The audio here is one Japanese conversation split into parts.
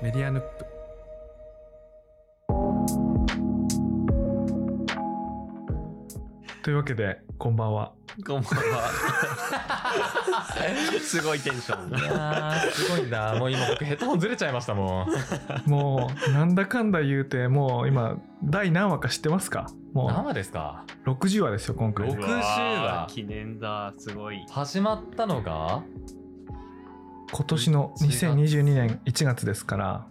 メディアヌップというわけでこんばんはこんばんは。 すごいテンシ ョン。あーすごいんだ。もう今僕ヘッドホンずれちゃいましたもん。もうなんだかんだ言うてもう今第何話か知ってますか何も話ですかう60話ですよ今回60でろうわ話ー記念だ、すごい。始まったのが、今年の2022年1月ですから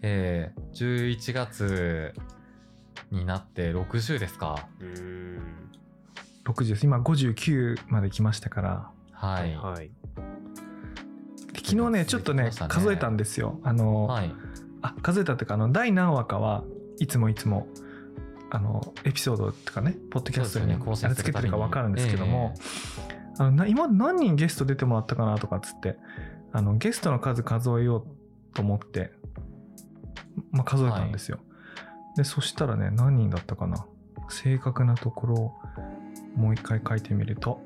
えー、11月になって60ですか。うーん。 60です今59まで来ましたからはい。はい。はい。昨日ねちょっと続ねきましたね数えたんですよあの、あ数えたっていうかあの第何話かはいつもいつもあのエピソードとかねポッドキャストそうにですよね更新あれすつるけてたびるにか分かるんですけども、あのな今まで何人ゲスト出てもらったかなとかっつってあのゲストの数数えようと思って、まあ、数えたんですよ、でそしたらね何人だったかな正確なところをもう一回書いてみると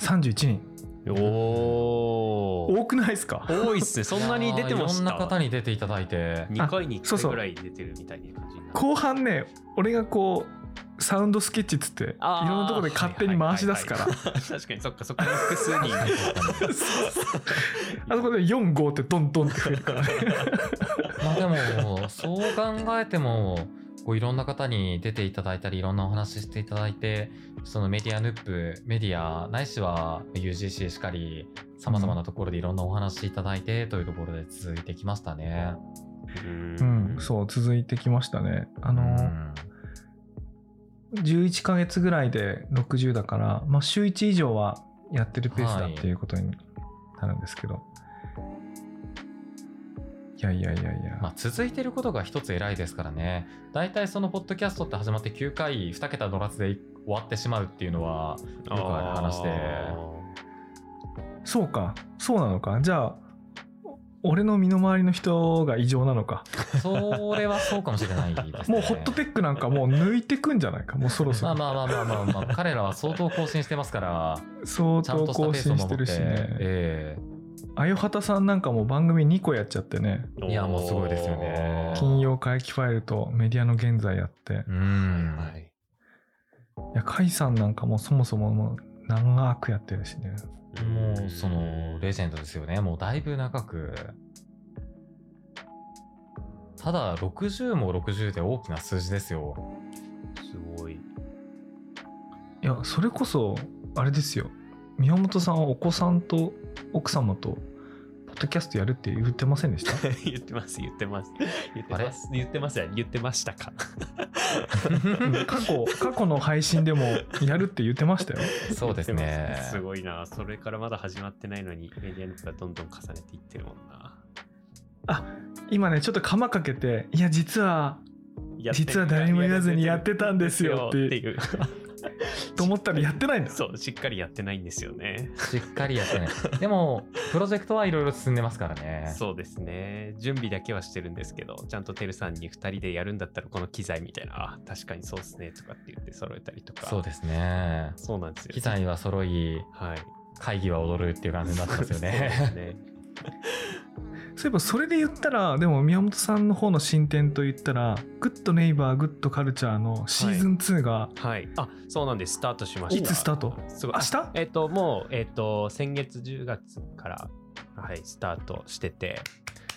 31人おー。多くないですか多いっすね。そんなに出てましいやーいろんな方た。に出ていただいて。 2回にそう1そう回ぐらい出てるみたいな感じになる。後半ね俺がこうサウンドスケッチっつっていろんあーなところで勝手に回し出すからはいはいはい はい確かに、そっか、そっか、複数人。あそこで45ってドンドンって増えるからねまあでも、そう考えても、こういろんな方に出ていただいたり、いろんなお話ししていただいて、そのメディアヌップ、メディア、ないしは UGC しかり、様々なところでいろんなお話しいただいてというところで続いてきましたね。うんそう続いてきましたねあうのーん11ヶ月ぐらいで60だから、まあ、週1以上はやってるペースだはいっていうことになるんですけど、い、やいやいやいや、まあ、続いてることが一つ偉いですからね。大体そのポッドキャストって始まって9回2桁のらつで終わってしまうっていうのは、あー。よくある話でそうかそうなのかじゃあお俺の身の回りの人が異常なのかそれはそうかもしれないですもね。うホットテックなんかもう抜いてくんじゃないかもうそろそ まあろまあまあまあまあ、まあ、彼らは相当更新してますから、相ちゃん当とした更ペースを新して守るって、しねえあよはたさんなんかもう番組2個やっちゃってねおーいやもうすごいですよね金曜回帰ファイルとメディアの現在やって、えうはん、いはいいや甲斐さんなんかもうそもそももう長くやってるしねもうそのレジェンドですよね、もうだいぶ長く。ただ、60も60で大きな数字ですよ。すごい。い やそれこそあれですよ宮本さんはお子さんと奥様とポッドキャストやるって言ってませんで した言ってます、言ってます。言ってます、言ってます、言ってましたか。うん過去過去の配信でもやるって言ってましたよそうですね。 すごいな。それからまだ始まってないのに、メディアの人がどんどん重ねていってるもんな。今ねちょっと鎌かけていや実はやってる実は誰も言わずにやってたんですよってっていう。と思ったらやってないんだそう、 しっかりやってないんですよね。しっかりやってね。でも、プロジェクトはいろいろ進んでますからね。そうですね。準備だけはしてるんですけど、ちゃんとてるさんに2人でやるんだったらこの機材みたいな、あ、確かにそうですねとかって言って揃えたりとか。そうですね。そうなんですよ。機材は揃い、はい。会議は踊るっていう感じになってます そようでね。すね。そういえばそれで言ったらでも宮本さんの方の進展と言ったら「グッドネイバーグッドカルチャー」のシーズン2がはい。あ、そうなんです。スタートしました。いつスタートすごい明。日、えっと、もう、えっと、先月10月から、はい、スタートしてて、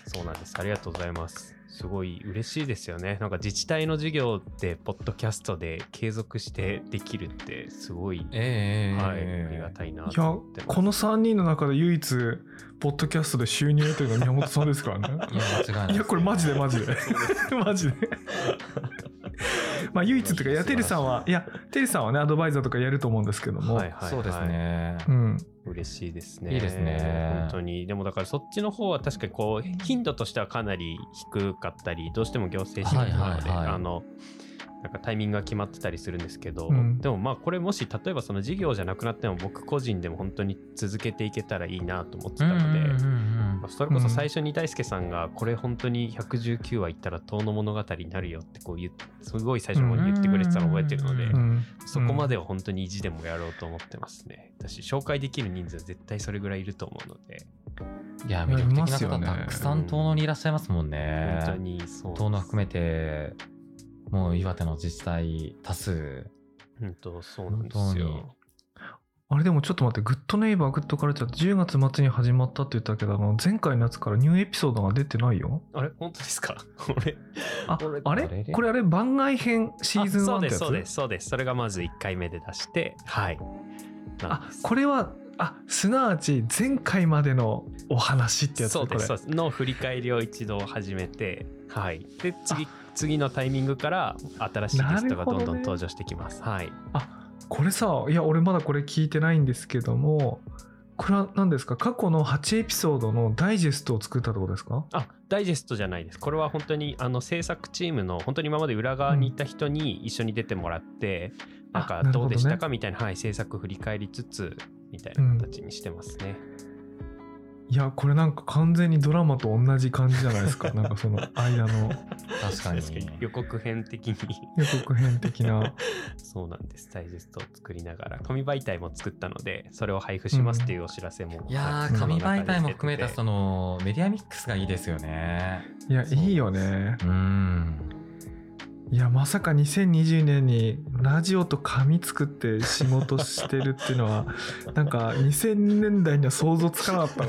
そうなんです。ありがとうございます。すごい嬉しいですよね。なんか自治体の事業で、ポッドキャストで継続してできるって、すごい、 ええはい、ありがたいないやと思ってます。この3人の中で唯一ポッドキャストで収入を得てるのは宮本さんですからねいや、間違いないいです。やこれマジでマジで マジでまあ唯一っていうかいやてるさんはいやてるさんはねアドバイザーとかやると思うんですけども、はいはいはい、そうですね。うん嬉しいですね。いいですね本当に。でもだからそっちの方は確かにこう、頻度としてはかなり低かったり、どうしても行政仕事なので、はいはいはいあの、なんかタイミングが決まってたりするんですけど、うんでもまあこれもし例えばその事業じゃなくなっても僕個人でも本当に続けていけたらいいなと思ってたので、うんうんうんまあそれこそ最初に大輔さんがこれ本当に119話いったら遠の物語になるよってこう言っすごい最初の方に言ってくれてたのを覚えてるので、うんうんうんうんうんそこまでは本当に意地でもやろうと思ってますね。私、紹介できる人数は絶対それぐらいいると思うので、いや、いや魅力的あな方りますよねたくさん遠野にいらっしゃいますもんね。本当にそうです遠野含めて、もう岩手の自治体多数。本当そうなんです本当によあれでもちょっと待って、グッドネイバーグッドカルチャーって10月末に始まったって言ったけど、あの前回のやつからニューエピソードが出てないよ。あれ本当で すか俺あこれ、ああれれれこれあれ番外編シーズンあ1そっうてでやすつそうですそうですそれがまず1回目で出してはいなんあですこれはあすなわち前回までのお話ってやつそうでこすそうれですの振り返りを一度始めてはいで次次のタイミングから新しいゲストがどんどん登場してきます、はいこれさいや俺まだこれ聞いてないんですけどもこれは何ですか過去の8エピソードのダイジェストを作ったってことですかあダイジェストじゃないですこれは本当にあの制作チームの本当に今まで裏側にいた人に一緒に出てもらって、あなんかなるほどどねうでしたかみたいな、はい制作振り返りつつみたいな形にしてますね、いやこれなんか完全にドラマと同じ感じじゃないですかなんかその間の確かに。ですけど予告編的に 予告編的なそうなんですダイジェストを作りながら紙媒体も作ったのでそれを配布しますっていうお知らせも、いやはー、その紙中で媒体も含めた出ててそのメディアミックスがいいですよね。いやいいよねうん。いやまさか2020年にラジオと紙作って仕事してるっていうの はなんか2000年代には想像つかなかった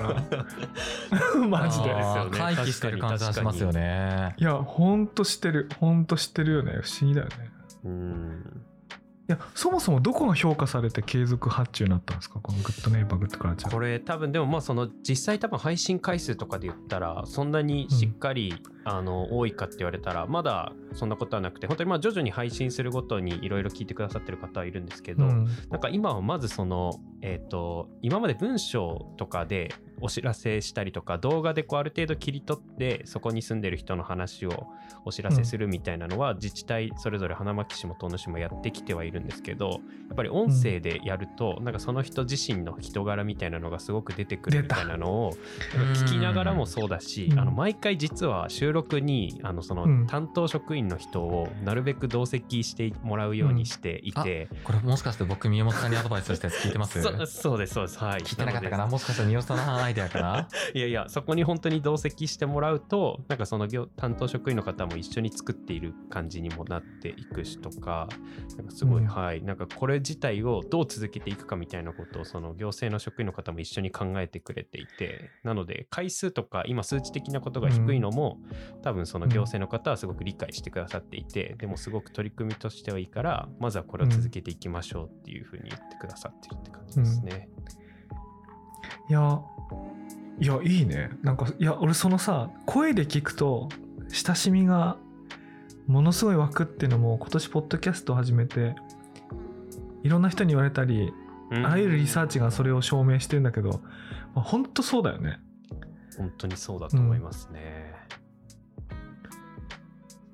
なマジであーですよね回帰してる感じがしますよね。いやほんとしてるほんとしてるよね不思議だよね うんいやそもそもどこが評価されて継続発注になったんですかこのグッドネイバーグッドカルチャこーれ多分でもまあその実際多分配信回数とかで言ったらそんなにしっかり、あの多いかって言われたらまだそんなことはなくて本当にまあ徐々に配信するごとにいろいろ聞いてくださってる方はいるんですけど、うんなんか今はまずそのえっ、と今まで文章とかでお知らせしたりとか動画でこうある程度切り取ってそこに住んでる人の話をお知らせするみたいなのは自治体それぞれ花巻市も遠野市もやってきてはいるんですけどやっぱり音声でやるとなんかその人自身の人柄みたいなのがすごく出てくる出みたたいなのを聞きながらもそうだしうんあの毎回実は収録にあのそうんの担当職員の人をなるべく同席してもらうようにしていて。これもしかして僕、宮本さんにアドバイスしたやつ聞いてますそそうですそうですはい聞いてなかったかのなでもしかしたら宮本さんのアイデアかないやいやそこに本当に同席してもらうとなんかその業担当職員の方も一緒に作っている感じにもなっていくしとかなんかすごい、うんはいなんかこれ自体をどう続けていくかみたいなことをその行政の職員の方も一緒に考えてくれていてなので回数とか今数値的なことが低いのも、多分その行政の方はすごく理解してくださっていて、でもすごく取り組みとしてはいいからまずはこれを続けていきましょうっていうふうに言ってくださってるって感じですね。いやいやいいねなんかいや俺そのさ声で聞くと親しみがものすごい湧くっていうのも今年ポッドキャストを始めていろんな人に言われたりうんあらゆるリサーチがそれを証明してるんだけど、まあ、本当そうだよね本当にそうだと思いますね。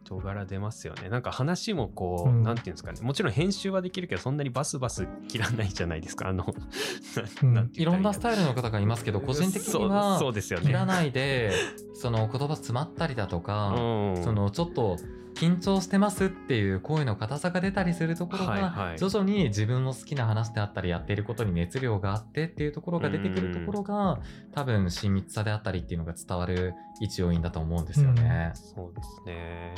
人柄出ますよね。なんか話もこう、うんなんていうんですかね。もちろん編集はできるけど、そんなにバスバス切らないじゃないですか。あの、うなんなんてい言ったろらいんいなスタイルの方がいますけど個人的にはそうそうですよね。切らないでその言葉詰まったりだとか、うん、そのちょっと緊張してますっていう声の硬さが出たりするところはいがはい徐々に自分の好きな話であったりやっていることに熱量があってっていうところが出てくるところが多分親密さであったりっていうのが伝わる一要因だと思うんですよね。そうですね。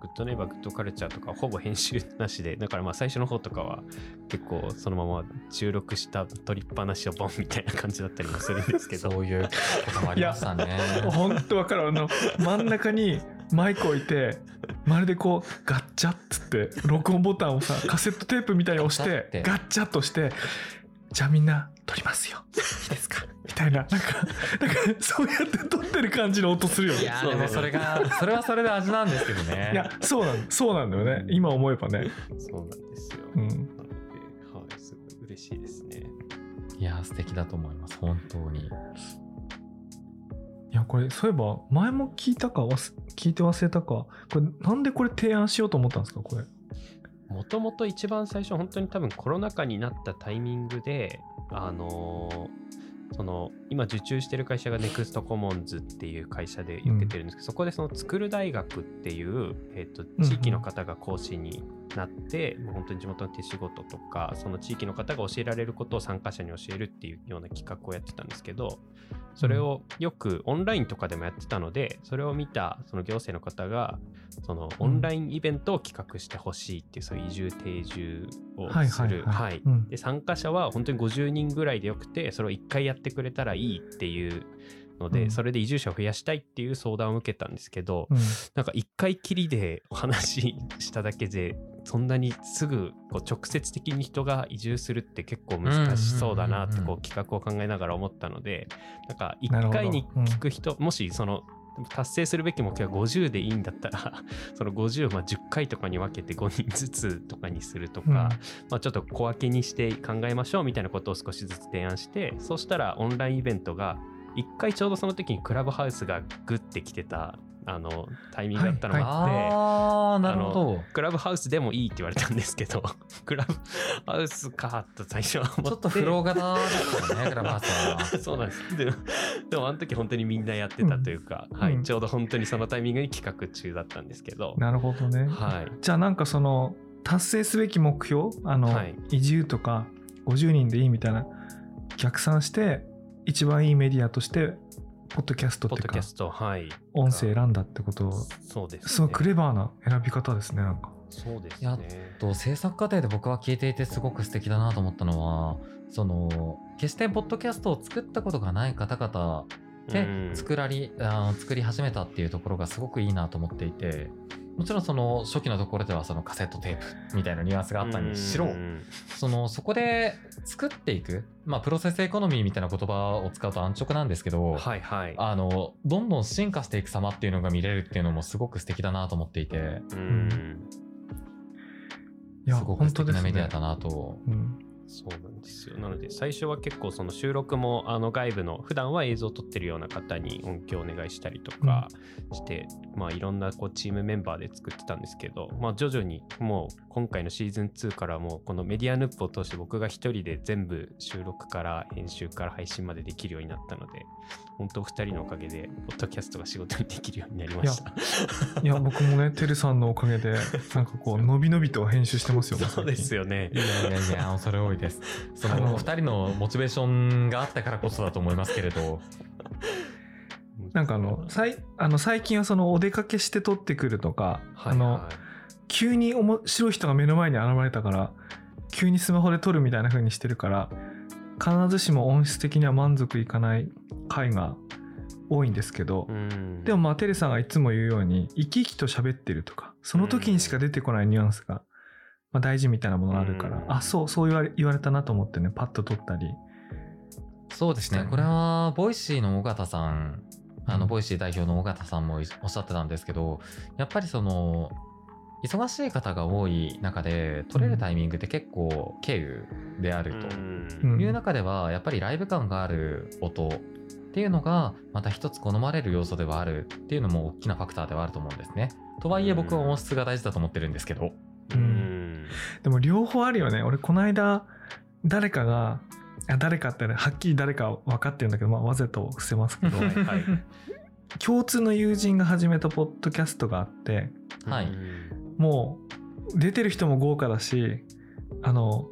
グッドネイバーグッドカルチャーとかほぼ編集なしで、だからまあ最初の方とかは結構そのまま収録した取りっぱなしをボンみたいな感じだったりもするんですけど。そういうこともありましたね。 本当わかるあの真ん中にマイク置いてまるでこうガッチャッつって録音ボタンをさカセットテープみたいに押してガガッチャッとしてじゃあみんな撮りますよいいですかみたいななんかなんかそうやって撮ってる感じの音するよねいいややーでもそれがそれはそれで味なんですけどね。そうなんそうなんだよね今思えばねそうなんですよ。うんなので、はい、すごい嬉しいですね。いやー素敵だと思います本当に。いやこれそういえば前も聞いたか忘聞いて忘れたかこれなんでこれ提案しようと思ったんですかこれもともと一番最初、本当に多分コロナ禍になったタイミングで、あのーその今受注してる会社がネクストコモンズっていう会社で受けてるんですけど、そこでその作る大学っていう、えっとうん地域の方が講師になって、もう本当に地元の手仕事とか、その地域の方が教えられることを参加者に教えるっていうような企画をやってたんですけど、それをよくオンラインとかでもやってたので、それを見たその行政の方が、そのオンラインイベントを企画してほしいっていう、そういう移住定住をはいすはいはいる、はいうんで参加者は本当に50人ぐらいでよくてそれを1回やってくれたらいいっていうので、うんそれで移住者を増やしたいっていう相談を受けたんですけど、うんなんか1回きりでお話ししただけでそんなにすぐこう直接的に人が移住するって結構難しそうだなってうんうんうんこうう企画を考えながら思ったのでなんかなるほ1ど回に聞く人もしその達成するべき目標が50でいいんだったら その50をまあ10回とかに分けて5人ずつとかにするとか、うんまあ、ちょっと小分けにして考えましょうみたいなことを少しずつ提案してそうしたらオンラインイベントが一回ちょうどその時にクラブハウスがグッてきてたあのタイミングだったのがあって、ああなるほどクラブハウスでもいいって言われたんですけど クラブハウスかと最初は思ってちょっとフロー型だったよねクラブハウス はそうなんですでもでもあの時本当にみんなやってたというか、んはうんい、ちょうど本当にそのタイミングに企画中だったんですけど、なるほどね。はい、じゃあなんかその達成すべき目標あの、はい移住とか50人でいいみたいな逆算して一番いいメディアとしてポッドキャストっポッてドかキャストはい音声選んだってことそうです、ね、すごいクレバーな選び方ですねなんか。そうですやっねと制作過程で僕は聞いていてすごく素敵だなと思ったのはその決してポッドキャストを作ったことがない方々うんで作らり、あー作り始めたっていうところがすごくいいなと思っていてもちろんその初期のところではそのカセットテープみたいなニュアンスがあったにしろうんそのそこで作っていく、まあ、プロセスエコノミーみたいな言葉を使うと安直なんですけど、はいはい。あのどんどん進化していく様っていうのが見れるっていうのもすごく素敵だなと思っていてうん、いやすごく本素当敵でなすメディアね。だなとうん、そうなんですよ。なので、最初は結構、その収録も、あの外部の、普段は映像を撮ってるような方に音響お願いしたりとかして、まあ、いろんなこうチームメンバーで作ってたんですけど、まあ、徐々に、もう、今回のシーズン2からもう、このメディアヌップを通して、僕が一人で全部収録から編集から配信までできるようになったので、本当、二人のおかげで、ポッドキャストが仕事にできるようになりました。いや僕も ねてるさんのおかげでなんかこうのびのびと編集してますよ。そうですよね い。やいやいや、恐れ多いです。そあののお二人のモチベーションがあったからこそだと思いますけれど、なんかあのさいあの最近はそのお出かけして撮ってくるとか、はい、あのはい急に面白い人が目の前に現れたから急にスマホで撮るみたいな風にしてるから必ずしも音質的には満足いかない回が多いんですけど、うんでもまあテレさんがいつも言うように生き生きと喋ってるとかその時にしか出てこないニュアンスが、まあ、大事みたいなものがあるから、うんあそうそう言われ言われたなと思ってねパッと撮ったりそうですね、これはボイシーの尾形さん、あのボイシー代表の尾形さんもおっしゃってたんですけど、やっぱりその、忙しい方が多い中で、取れるタイミングって結構経由であると。うんうんいう中ではやっぱりライブ感がある音っていうのがまた一つ好まれる要素ではあるっていうのも大きなファクターではあると思うんですね。とはいえ僕は音質が大事だと思ってるんですけど。うんでも両方あるよね俺この間誰かがあ誰かってねはっきり誰か分かってるんだけど、まあ、わざと伏せますけどはいはい共通の友人が始めたポッドキャストがあってはいうんもう出てる人も豪華だしあの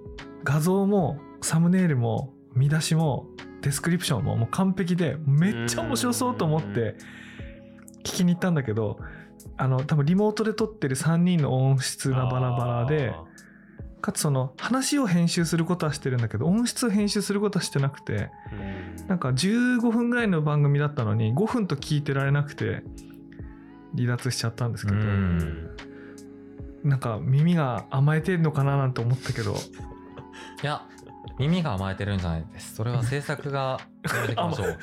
画像もサムネイルも見出しもデスクリプションももう完璧でめっちゃ面白そうと思って聞きに行ったんだけどあの多分リモートで撮ってる3人の音質がバラバラであかつその話を編集することはしてるんだけど音質を編集することはしてなくてーうんなんか15分ぐらいの番組だったのに5分と聞いてられなくて離脱しちゃったんですけど、うんなんか耳が甘えてるのかななんて思ったけどいや耳が甘えてるんじゃないです。それは制作 がやめていきましょう。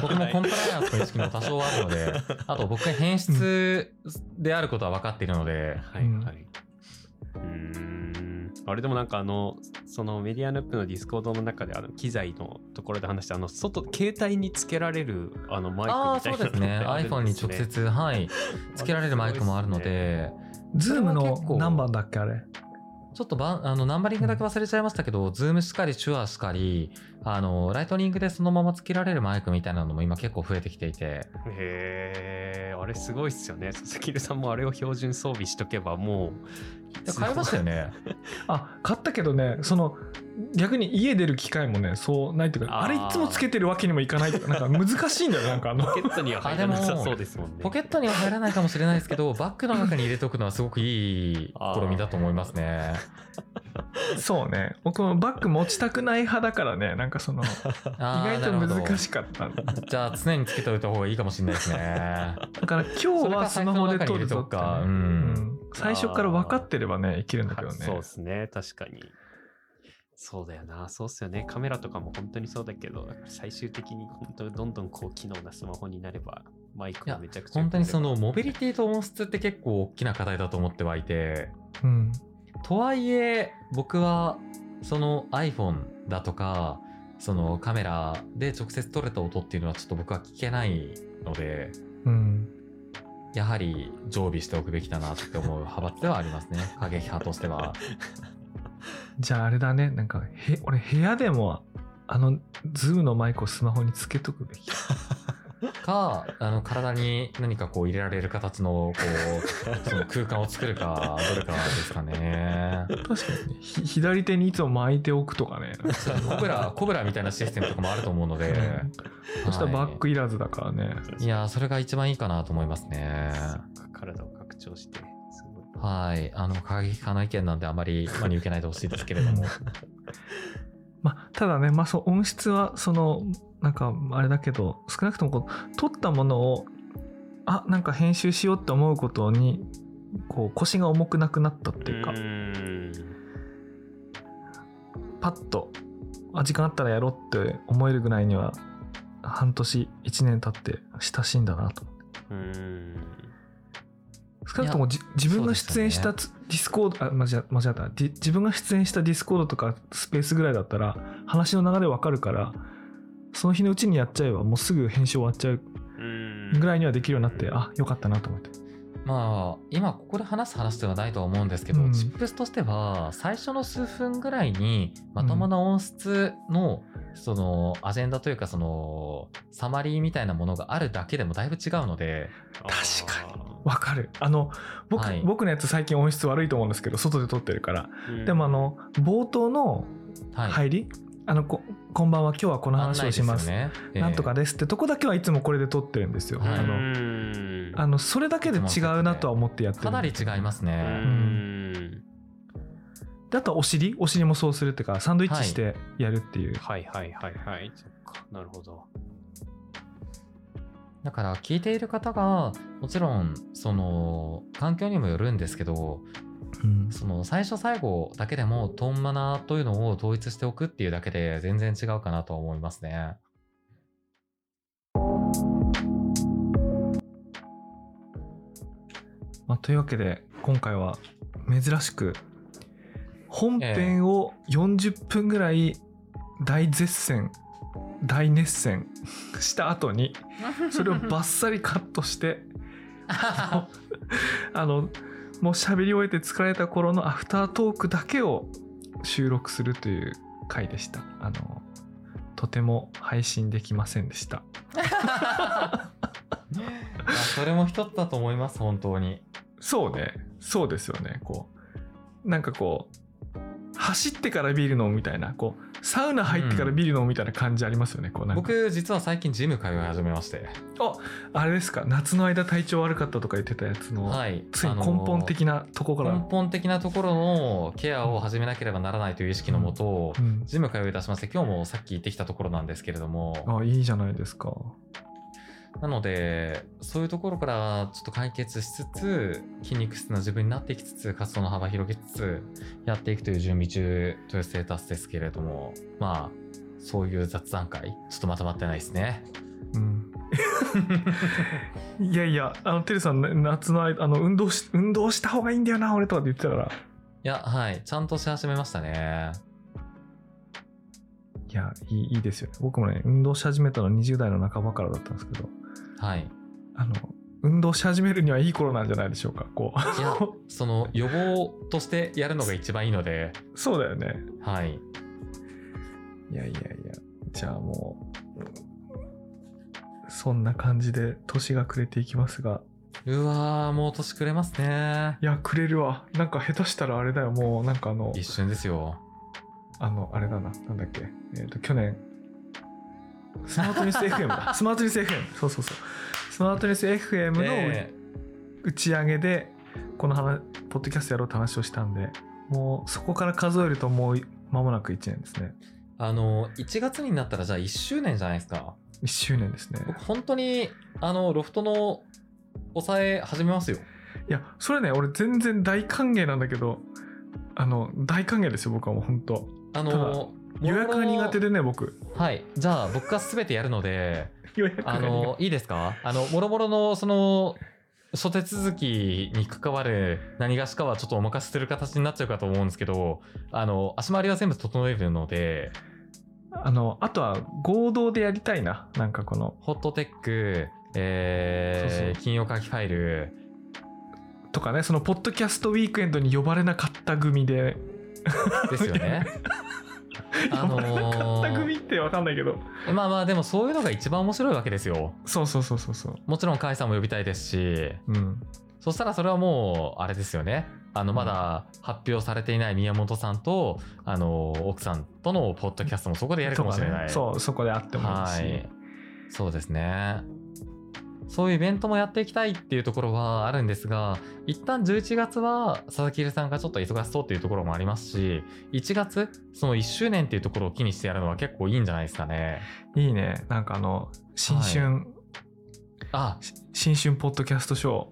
僕もコンプライアンスの意識も多少はあるので、あと僕が変質であることは分かっているので、はいはい。うーんあれでもなんかあのそのメディアヌップのディスコードの中であの機材のところで話したあの外携帯につけられるあのマイああークそみうたいでなすね。のってある iPhone んでにすね直接はいつけられるマイクもあるので、ズームそれはの結構何番だっけあれちょっとばんあのナンバリングだけ忘れちゃいましたけど、ズームしかり、チュアしかり、あの、ライトニングでそのままつけられるマイクみたいなのも今結構増えてきていて、へえ、あれすごいっすよね。佐々木さんもあれを標準装備しとけばも。いうや買いましたよ ね。あ買ったけどねその逆に家出る機会もねそうないっていうかあーあれいつもつけてるわけにもいかない なんか難しいんだよなんかあのポケットには入らなさそうですもんね。ポケットには入らないかもしれないです けど、バッグの中に入れておくのはすごくいい試みだと思いますね。そうね僕もバッグ持ちたくない派だからねなんかその意あー外となるほど難しかったじゃあ常につけておいた方がいいかもしれないです ね。だから今日はスマホで撮るぞってねそれか財布の中に入れとくかうんうん最初から分かってればねいけるんだけどねそうですね、確かに。そうだよな、そうっすよね。カメラとかも本当にそうだけど、最終的に本当にどんどん高機能なスマホになれば、マイクもめちゃくちゃ良本く当なれば。にそのモビリティと音質って結構大きな課題だと思ってはいて、うんとはいえ僕はその iPhone だとかそのカメラで直接撮れた音っていうのはちょっと僕は聞けないのでうんやはり常備しておくべきだなって思う派閥ではあります ね過激派としてはじゃああれだねなんかへ俺部屋でもあのズームのマイクをスマホにつけとくべきかあの体に何かこう入れられる形のこうその空間を作るかどれかですかね確かにね ひ左手にいつも巻いておくとかねコブラコブラみたいなシステムとかもあると思うので、うんそしたらバックいらずだからね、いやーそれが一番いいかなと思いますねそっか体を拡張して、すごい。はい、あの過激派の意見なんであま り真に受けないでほしいですけれども、まあ、ただね、まあ、そう音質はそのなんかあれだけど少なくともこう撮ったものをあなんか編集しようって思うことにこう腰が重くなくなったっていうか、パッとあ時間あったらやろうって思えるぐらいには半年1年経って親しいんだなとうーん。少なくともじ自分が出演したつディスコード、あ間違え間違えたディ自分が出演したディスコードとかスペースぐらいだったら話の流れわかるからその日のうちにやっちゃえばもうすぐ編集終わっちゃううーん。ぐらいにはできるようになって、うんあよかったなと思ってまあ今ここで話す話ではないとは思うんですけど、うんチップスとしては最初の数分ぐらいにまともな音質のそのアジェンダというかそのサマリーみたいなものがあるだけでもだいぶ違うので、確かわかるあの僕,、はい僕のやつ最近音質悪いと思うんですけど外で撮ってるから、にでもあ、の冒頭のはい、入り、あのここんばんは今日はこの話をします案内でよねなんとかですってとこだけはいつもこれで撮ってるんですよ、はいあうのーんあのそれだけで違うなとは思ってやってえーるかなり違いますうね。ーん。であとはお尻お尻もそうするっていうかサンドイッチしてやるっていう、はいはいはいはい。そっか、なるほど。だから聞いている方がもちろんその環境にもよるんですけどうんその最初最後だけでもトーンマナーというのを統一しておくっていうだけで全然違うかなとは思いますね。まあ、というわけで今回は珍しく本編を40分ぐらい大絶戦、大熱戦した後に それをバッサリカットしてあのもう喋り終えて疲れた頃のアフタートークだけを収録するという回でしたあのとても配信できませんでしたあそれも一つだと思います本当に。そうねそうですよねこうなんかこう走ってからビール飲むみたいなこうサウナ入ってからビール飲むみたいな感じありますよね、こうなんか僕実は最近ジム通い始めまして。あれですか夏の間体調悪かったとか言ってたやつの、はい。ついあ根の本的なとこから、根本的なところのケアを始めなければならないという意識のもと、うんジム通い出しまして今日もさっき行ってきたところなんですけれどもあいいじゃないですかなのでそういうところからちょっと解決しつつ筋肉質な自分になっていきつつ活動の幅広げつつやっていくという準備中というステータスですけれどもまあそういう雑談会ちょっとまとまってないですね。うん いやいやあのてるさんね夏の間あの運動し運動した方がいいんだよな俺とかって言ってたからいやはいちゃんとし始めましたね。いやいいいいですよね僕もね運動し始めたの20代の半ばからだったんですけどはいあの運動し始めるにはいい頃なんじゃないでしょうかこ いや、その予防としてやるのが一番いいので、う そうだよねはい。いやいやいやじゃあもうそんな感じで年が暮れていきますがうわー、もう年くれますね。いや暮れるわなんか下手したらあれだよもうなんかあの一瞬ですよ。あのあれだななんだっけえっ、と去年スマートニュース FM だスマートニュース FM そうそうそうスマートニュース FM のえ打ち上げでこの話ポッドキャストやろうって話をしたんでもうそこから数えるともう間もなく1年ですねーあの、1月になったらじゃあ1周年じゃないですか。 1周年ですね僕、本当に、あの、ロフトの抑え始めますよ。いやそれね俺全然大歓迎なんだけどあの大歓迎ですよ僕はもう本当あただの、予約が苦手で。でね僕はい。じゃあ、僕が全てやる ので、予約があ苦手の、いいですかあの、もろもろの、その、諸手続きに関わる何がしかはちょっとお任せする形になっちゃうかと思うんですけど、あの、足回りは全部整えるので、あのあとは合同でやりたいななんかこのホットテック、えーそうそう金曜書きファイル、とかねそのポッドキャストウィークエンドに呼ばれなかった組でで すよね。あのー呼ばれなかった組ってわかんないけどまあまあ、でもそういうのが一番面白いわけですよ。そうそうそうそうそうもちろん、甲斐さんも呼びたいですし、うんそしたらそれはもう、あれですよね。あの、まだ発表されていない宮本さんと、あの、奥さんとのポッドキャストもそこでやるかもしれない。そうそこであってもいいし、はい、そうですねそういうイベントもやっていきたいっていうところはあるんですが一旦11月は佐々木留さんがちょっと忙しそうっていうところもありますし1月その1周年っていうところを気にしてやるのは結構いいんじゃないですかねいいねなんかあの新春、あし新春ポッドキャストショ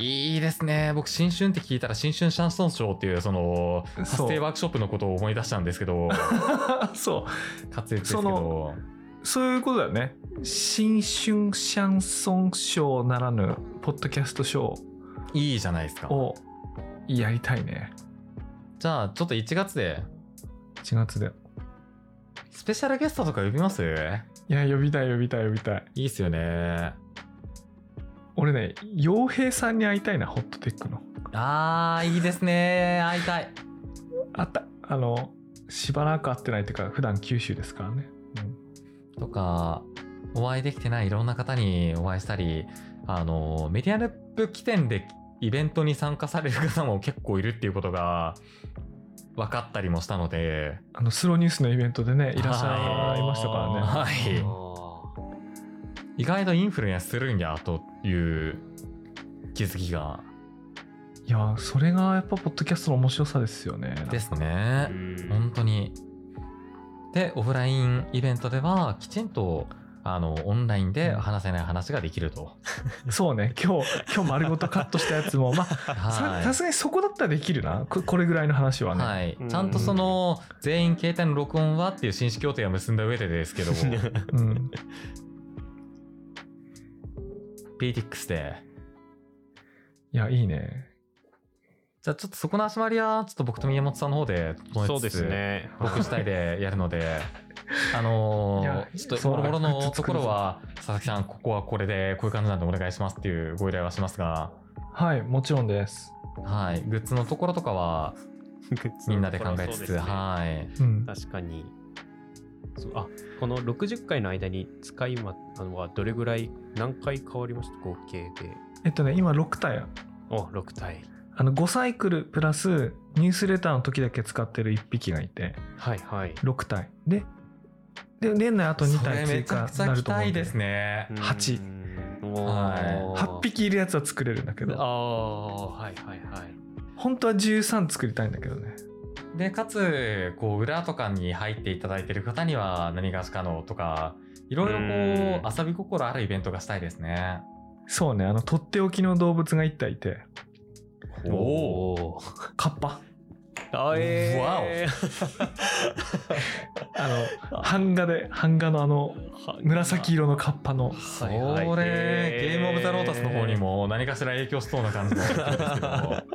いいですね僕新春って聞いたら新春シャンソンショーっていうそのそう発声ワークショップのことを思い出したんですけ どーそ活躍ですそけどうそういうことだよね新春シャンソンショーならぬポッドキャストショいいじゃないですかーをやりたいねじゃあちょっと1月で1月でスペシャルゲストとか呼びますいや呼びたい呼びたい呼びたいいいっすよね俺ね洋平さんに会いたいなホットテックのあーいいですね会いたいあったあのしばらく会ってないっていうか普段九州ですからね、とかお会いできてないいろんな方にお会いしたりあのメディアルップ起点でイベントに参加される方も結構いるっていうことが分かったりもしたのであのスローニュースのイベントでねいらっしゃはいいましたからね はいあ意外とインフルエンスするんやという気づきがいやーそれがやっぱポッドキャストの面白さですよねですーうねん本当にでオフラインイベントではきちんとあのオンラインで話せない話ができると、 そうね今日今日丸ごとカットしたやつ もまあはさいさすがにそこだったらできるなここれぐらいの話はね、はいうん、ちゃんとその全員携帯の録音はっていう紳士協定を結んだ上でですけども うん、 PTX でいやいいねじゃあちょっとそこの足回りはちょっと僕と宮本さんの方で整えつつそうですね。僕主体でやるのであのいやー、ちょっとそうもろもろのところは佐々木さんここはこれでこういう感じなんでお願いしますっていうご依頼はしますがはいもちろんですはいグッズのところとかは みんなで考えつそうつ、すねはいうん確かに。そうあこの60回の間に使いまあのはどれぐらい何回変わりました合計で。えっとね今6体お6体。あの5サイクルプラスニュースレターの時だけ使ってる1匹がいてはいはい。 6体でで年内あと2体それ追めちゃ加くちにゃなる期と思う待んでですね八は8匹いるやつは作れるんだけあどあはいはいはい。本当は13作りたいんだけどねでかつこう裏とかに入っていただいてる方には何がしかのとかいろいろこうう遊び心あるイベントがしたいですねそうねあのとっておきの動物が1体いておお。カッパあえー、あの版画で版画のあの紫色のカッパのそれ、はいはいゲームオブザロータスの方にも何かしら影響しそうな感じもするんですけ ど確かになんか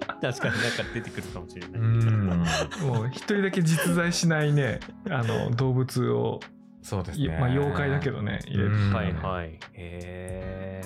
出てくるかもしれなうい。んもう一人だけ実在しないねあの動物を、そうですいねまあ、妖怪だけどね入れるうんはいはい。へえ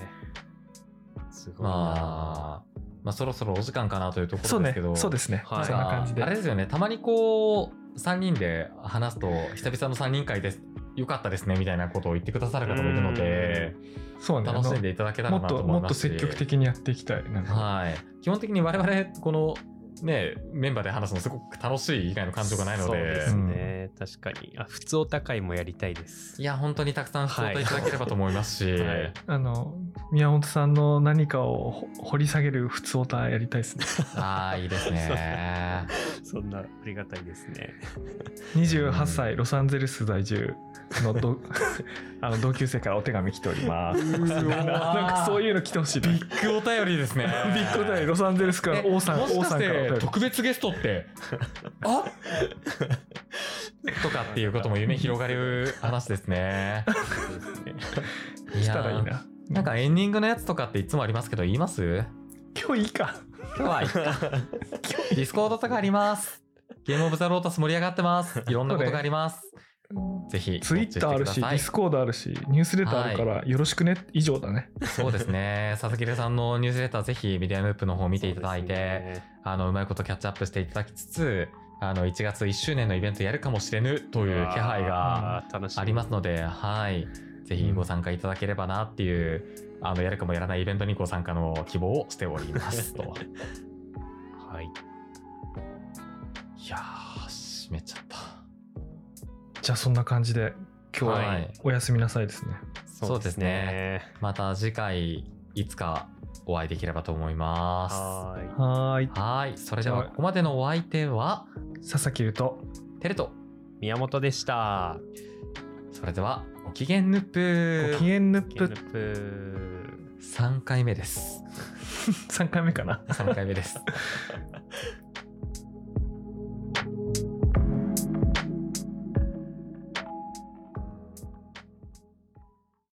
すごいな。まあ、まあそろそろお時間かなというとこそろうですねけど、そうですね、はいそんな感じであれですよね、たまにこう、3人で話すと、久々の3人会です。よかったですねみたいなことを言ってくださる方もいるので、そうねあの楽しんでいただけたもらっなとと思もいっまとすし。積極的にやっていきたいなんかはい。基本的に我々、この、ね、メンバーで話すのすごく楽しい以外の感情がないのそうで、ですね。確かに。あ、普通お高いもやりたいです。いや、本当にたくさん相談いただければと思いますし、はいあの宮本さんの何かをほ掘り下げる普通オタやりたいです ねああ、いいですね。そんなありがたいですね。 28歳ロサンゼルス在住の どあの同級生からお手紙来ておりますなんかそうういうの来てほしいな。ビッグお便りですねビッグオタよりロサンゼルスからえ王さんもし王かさしんからおて便り特別ゲストってあとかっていうことも夢広がる話です ね。そうですね。い来たらいいやなー。なんかエンディングのやつとかっていつもありますけど言います今日いいか今日はいいかディスコードとかあります。ゲームオブザロータス盛り上がってます。いろんなことがあります。ぜひ、ツイッターあるし、デウォッチてくださィいスコードあるし、ニュースレターあるから、よろしくね、以上だね。そうですね。佐々木留さんのニュースレター、ぜひメディアムープの方を見ていただいて、あの、うまいことキャッチアップしていただきつつ、あの、1月1周年のイベントやるかもしれぬとそうですね、いう気配があー楽しみありますので、はい。ぜひご参加いただければなっていう、あの、やるかもやらないイベントにご参加の希望をしており ますと。はい。いやー、閉めちゃった。じゃあ、そんな感じで、今日ははいおやすみなさいですね。そうですね。また次回、いつかお会いできればと思います。ははーい。はーい。い。それでは、ここまでのお相手は、佐々木優と、テレと、宮本でした。それでは、ご機嫌ヌップご機嫌ヌッゲルププー。 3回目です。 3回目かな。 3回目です。